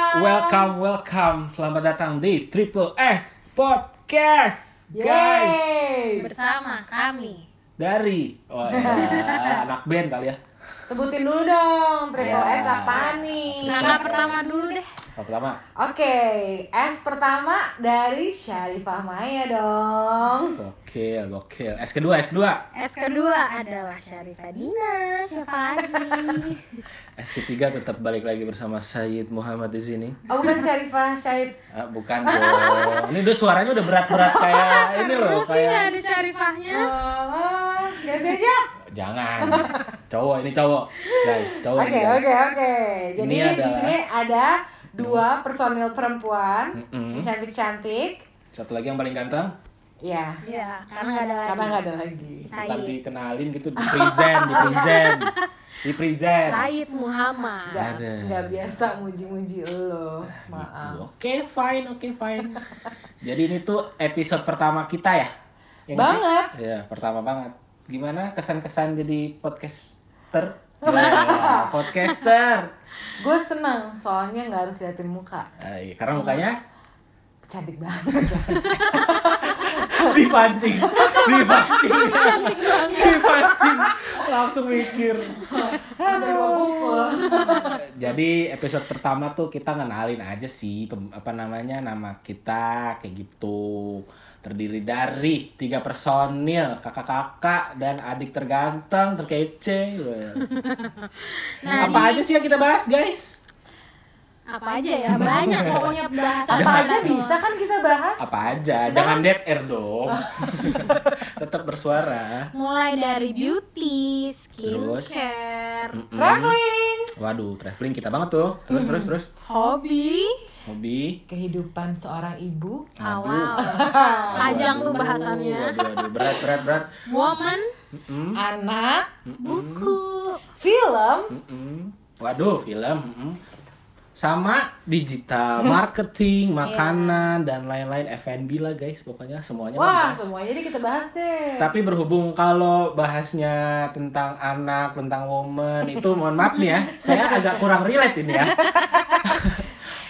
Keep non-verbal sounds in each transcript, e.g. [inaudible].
Welcome, welcome. Selamat datang di Triple S Podcast, guys. Yeay. bersama kami. Dari oh, [laughs] ya, anak band kali ya. Sebutin dulu dong, triple Ya. S apa nih? Kakak pertama dulu deh. Yang pertama, Oke, S pertama dari Syarifah Maya dong. gokil, gokil. S kedua, S kedua. S kedua adalah Syarifah Dina. Siapa lagi? S ketiga tetap balik lagi bersama Sayyid Muhammad di sini. Oh bukan Syarifah, Syarif. Ah, [laughs] bukan dong. Ini udah suaranya udah berat-berat kayak ini loh, Terus sih nggak kayak ada Syarifahnya. Oh, ganti aja. jangan. Cowok ini cowok, guys, cowok ini, Oke, guys. oke, oke. Jadi Oh, iya. Ini di adalah- sini ada dua personil perempuan, Mm-mm. cantik-cantik. Satu lagi yang paling ganteng, Ya, Ya, karena nggak ada lagi. karena nggak ada lagi. Si bukan Said. dikenalin gitu, di present, di [laughs] present, di present. Said Muhammad. Nggak, Ada. nggak biasa muji-muji lo. Maaf. Gitu. Oke, fine, oke, fine. Jadi ini tuh episode pertama kita ya. Ya nggak sih? Banget. Iya, pertama banget. Gimana kesan-kesan jadi podcaster? Gimana? podcaster. Gue seneng, soalnya nggak harus liatin muka. Eh, karena mukanya Cantik banget. dipancing, dipancing, dipancing, langsung mikir. Hampir mau pukul. Jadi episode pertama tuh kita ngenalin aja sih pem- apa namanya nama kita kayak gitu terdiri dari tiga personil kakak-kakak dan adik terganteng terkece. Well. Nah, apa aja sih yang kita bahas guys? Apa aja ya? Banyak pokoknya bahasa Apa aja bisa kan kita bahas? Apa aja? Jangan dead air dong. [laughs] Tetap bersuara. Mulai dari beauty, Terus? skincare, Mm-mm. Traveling, Waduh, traveling kita banget tuh. Terus terus terus. hobi. Hobi. kehidupan seorang ibu, Aduh, Awal. Panjang aduh, tuh bahasannya. Aduh, aduh, berat berat berat. Woman, Mm-mm, anak, Hmm. buku, film, Mm-mm. Waduh, film. mm-mm. Sama digital [laughs] Iya. marketing, makanan dan lain-lain F&B lah guys, pokoknya semuanya wah membahas. semuanya jadi kita bahas deh. Tapi berhubung kalau bahasnya tentang anak, tentang woman itu mohon maaf nih [laughs] ya, saya agak kurang relate ini ya.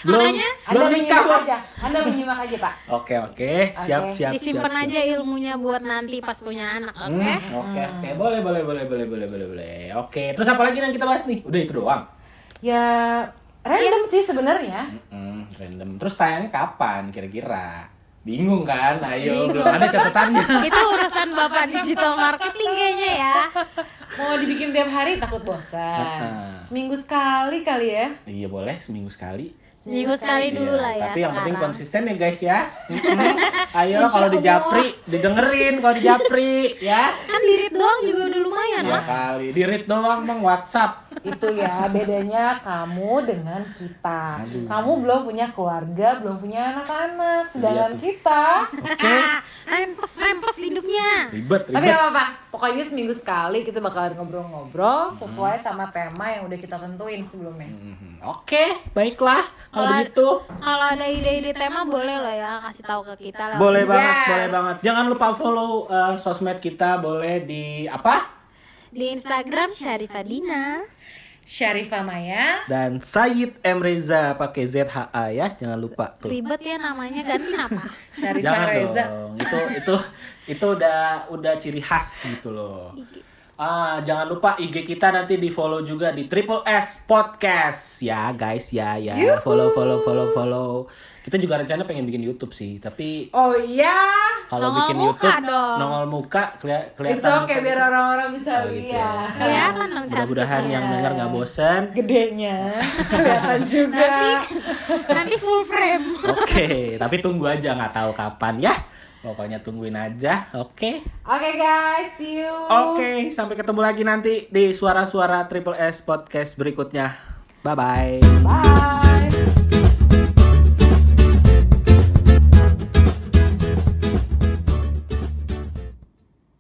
belum Makanya, belum Anda nikah menyimak bos. aja, Anda menyimak aja pak. Oke oke, siap Oke. siap. disimpan siap, siap. aja ilmunya buat nanti pas punya anak, oke? Hmm, Oke, oke, boleh, boleh, boleh, boleh, boleh, boleh, boleh. Oke, terus apa lagi yang kita bahas nih? Udah itu doang. Ya random sih sebenarnya. Mm, random. Terus tayangnya kapan kira-kira? Bingung kan? Ayo, Bingung. belum ada catatannya. itu urusan bapak digital marketing kayaknya [laughs] ya Mau dibikin tiap hari takut bosan. Heeh. Seminggu sekali kali ya. iya boleh seminggu sekali. seminggu sekali dulu Iya, lah ya Tapi yang penting sekarang. konsisten ya guys ya. Mm-mm. Ayo Insya kalau di Allah. Japri didengerin kalau di Japri ya. kan dirit doang juga udah lumayan Dua Iya, lah kali. Di read doang bang WhatsApp. Itu ya bedanya kamu dengan kita. Kamu belum punya keluarga, belum punya anak-anak, sedangkan Iya tuh. kita Oke. rempes rempes hidupnya Ribet, Tapi ribet. ya- gak apa-apa, pokoknya seminggu sekali kita bakalan ngobrol-ngobrol sesuai Hmm. sama tema yang udah kita tentuin sebelumnya. Mhm. Oke, baiklah. Kalau Kalau- begitu, kalau ada ide-ide tema boleh loh ya kasih tahu ke kita lah boleh Yes. banget, boleh banget. Jangan lupa follow eh, sosmed kita, boleh di apa? di Instagram Syarifadina Syarifah Maya, Dan Said M Reza pakai Z H A ya, jangan lupa tuh. ribet ya namanya ganti apa Syarifah Jangan Reza. dong. Itu itu itu udah udah ciri khas gitu loh. Ah, jangan lupa IG kita nanti di follow juga di Triple S Podcast ya guys ya ya follow follow follow follow. Kita juga rencana pengen bikin YouTube sih, tapi Oh iya, kalau Nongol bikin muka YouTube dong. nongol muka kelia- it's kelihatan. gitu. okay biar orang-orang bisa Oh, gitu. lihat. Kelihatan dong Mudah-mudahan yang denger nggak bosen. [laughs] Gedenya, kelihatan juga. nanti full frame Oke, tapi tunggu aja nggak tahu kapan ya. Pokoknya tungguin aja. Oke. Oke guys, see you. Oke, sampai ketemu lagi nanti di suara-suara Triple S podcast berikutnya. Bye bye. Bye.